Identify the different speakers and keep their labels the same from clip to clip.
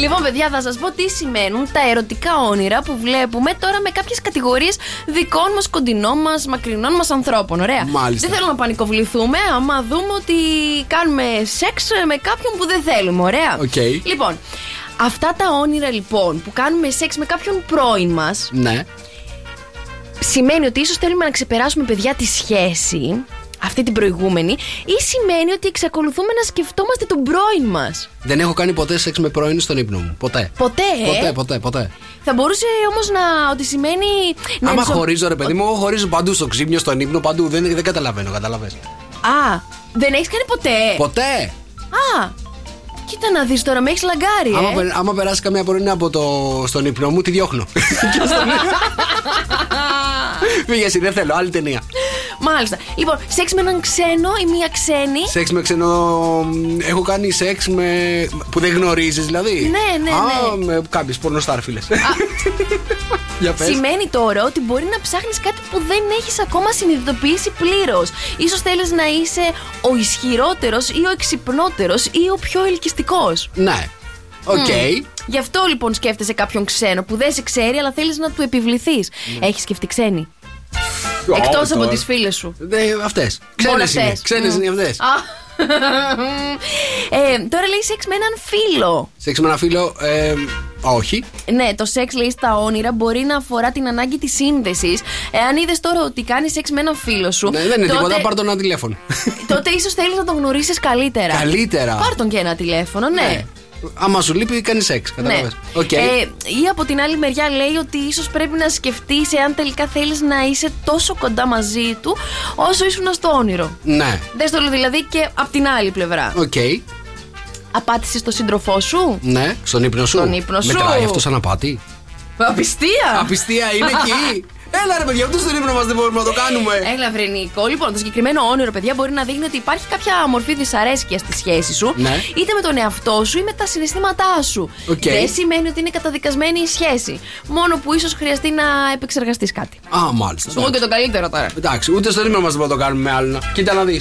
Speaker 1: Λοιπόν, παιδιά, θα σας πω τι σημαίνουν τα ερωτικά όνειρα που βλέπουμε τώρα με κάποιες κατηγορίες δικών μας, κοντινών μας, μακρινών μας ανθρώπων. Ωραία.
Speaker 2: Μάλιστα.
Speaker 1: Δεν θέλω να πανικοβληθούμε άμα δούμε ότι κάνουμε σεξ με κάποιον που δεν θέλουμε. Ωραία.
Speaker 2: Οκ.
Speaker 1: Λοιπόν, αυτά τα όνειρα λοιπόν που κάνουμε σεξ με κάποιον πρώην μας,
Speaker 2: Ναι.
Speaker 1: σημαίνει ότι ίσως θέλουμε να ξεπεράσουμε παιδιά τη σχέση αυτή την προηγούμενη ή σημαίνει ότι εξακολουθούμε να σκεφτόμαστε τον πρώην μας.
Speaker 2: Δεν έχω κάνει ποτέ σεξ με πρώην στον ύπνο μου. Ποτέ.
Speaker 1: Ποτέ, ε.
Speaker 2: Ποτέ, ποτέ, ποτέ.
Speaker 1: Θα μπορούσε όμως να ότι σημαίνει... να
Speaker 2: Άμα
Speaker 1: ενσω-
Speaker 2: χωρίζω, ρε παιδί μου, εγώ χωρίζω παντού στο ξύπνιο, στον ύπνο, παντού. Δεν, δεν καταλαβαίνω, καταλαβαίνω.
Speaker 1: Ε. Α, δεν έχεις κάνει ποτέ.
Speaker 2: Ποτέ!
Speaker 1: Α, κοίτα να δεις τώρα, με έχεις λαγκάρει,
Speaker 2: Άμα,
Speaker 1: ε.
Speaker 2: περ- άμα περάσει καμία πρώην από το, στον ύπνο μου, τη διώχνω. Και στον- Φύγε εσύ, δεν θέλω, άλλη ταινία.
Speaker 1: Μάλιστα. Λοιπόν, σεξ με έναν ξένο ή μία ξένη.
Speaker 2: Σεξ με ξένο. Έχω κάνει σεξ με. που δεν γνωρίζεις, δηλαδή.
Speaker 1: Ναι, ναι,
Speaker 2: Α,
Speaker 1: ναι.
Speaker 2: με κάποιες πορνοστάρ, φίλες. Για πες.
Speaker 1: Σημαίνει τώρα ότι μπορεί να ψάχνεις κάτι που δεν έχεις ακόμα συνειδητοποιήσει πλήρως. Ίσως θέλεις να είσαι ο ισχυρότερος ή ο εξυπνότερος ή ο πιο ελκυστικός.
Speaker 2: Ναι. Οκ.
Speaker 1: Γι' αυτό λοιπόν σκέφτεσαι κάποιον ξένο που δεν σε ξέρει αλλά θέλεις να του επιβληθείς. Έχεις σκεφτεί ξένοι.
Speaker 2: Ναι. Ω,
Speaker 1: Εκτός από
Speaker 2: τώρα.
Speaker 1: τις φίλες σου.
Speaker 2: Ναι, αυτές.
Speaker 1: Μόνο
Speaker 2: Ξένε είναι.
Speaker 1: αυτές.
Speaker 2: Ξένες
Speaker 1: Μμ.
Speaker 2: είναι αυτές.
Speaker 1: Α. ε, τώρα λέει σεξ με έναν φίλο.
Speaker 2: Σεξ με ένα φίλο. ε, όχι.
Speaker 1: Ναι, το σεξ λέει στα όνειρα μπορεί να αφορά την ανάγκη της σύνδεσης. Εάν είδες τώρα ότι κάνει σεξ με έναν φίλο σου.
Speaker 2: Ναι, δεν είναι
Speaker 1: τότε,
Speaker 2: τίποτα. Πάρ τον ένα τηλέφωνο.
Speaker 1: τότε ίσως θέλεις να τον γνωρίσεις καλύτερα.
Speaker 2: Καλύτερα.
Speaker 1: Πάρ τον και ένα τηλέφωνο, ναι.
Speaker 2: Ναι. Άμα σου λείπει, κάνεις σεξ. Κατάλαβες. Οκ.
Speaker 1: Ε, ή από την άλλη μεριά λέει ότι ίσως πρέπει να σκεφτείς εάν τελικά θέλεις να είσαι τόσο κοντά μαζί του όσο ήσουν στο όνειρο.
Speaker 2: Ναι.
Speaker 1: Δες το δηλαδή και από την άλλη πλευρά.
Speaker 2: Οκ.
Speaker 1: Απάτησες τον σύντροφό σου.
Speaker 2: Ναι. Στον ύπνο σου.
Speaker 1: Στον ύπνο σου.
Speaker 2: Μετράει αυτό σαν απάτη.
Speaker 1: Απιστία!
Speaker 2: Απιστία είναι εκεί. Έλα ρε παιδιά, αυτό στον ύπνο μας δεν μπορούμε να το κάνουμε.
Speaker 1: Έλα, Βρενικό. Λοιπόν, το συγκεκριμένο όνειρο, παιδιά, μπορεί να δείχνει ότι υπάρχει κάποια μορφή δυσαρέσκεια στη σχέση σου,
Speaker 2: Ναι.
Speaker 1: είτε με τον εαυτό σου ή με τα συναισθήματά σου.
Speaker 2: Οκ.
Speaker 1: Δεν σημαίνει ότι είναι καταδικασμένη η σχέση. Μόνο που ίσως χρειαστεί να επεξεργαστείς κάτι.
Speaker 2: Α, μάλιστα.
Speaker 1: Σου πω και το καλύτερο τώρα.
Speaker 2: Εντάξει, ούτε στον ύπνο μας δεν μπορούμε να το κάνουμε με άλλο. Κοίτα να δεις.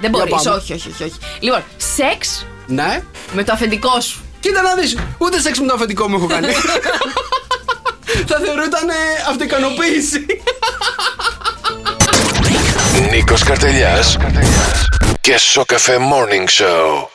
Speaker 1: Δεν μπορεί, όχι, όχι, όχι, όχι. Λοιπόν, σεξ
Speaker 2: Ναι.
Speaker 1: με το αφεντικό σου.
Speaker 2: Κοίτα να δεις. Ούτε σεξ με το αφεντικό μου έχω κάνει. Θα θεωρούταν ε, αυτοικανοποίηση.
Speaker 3: Νίκος Καρτελιάς και Σοκαφέ Morning Show.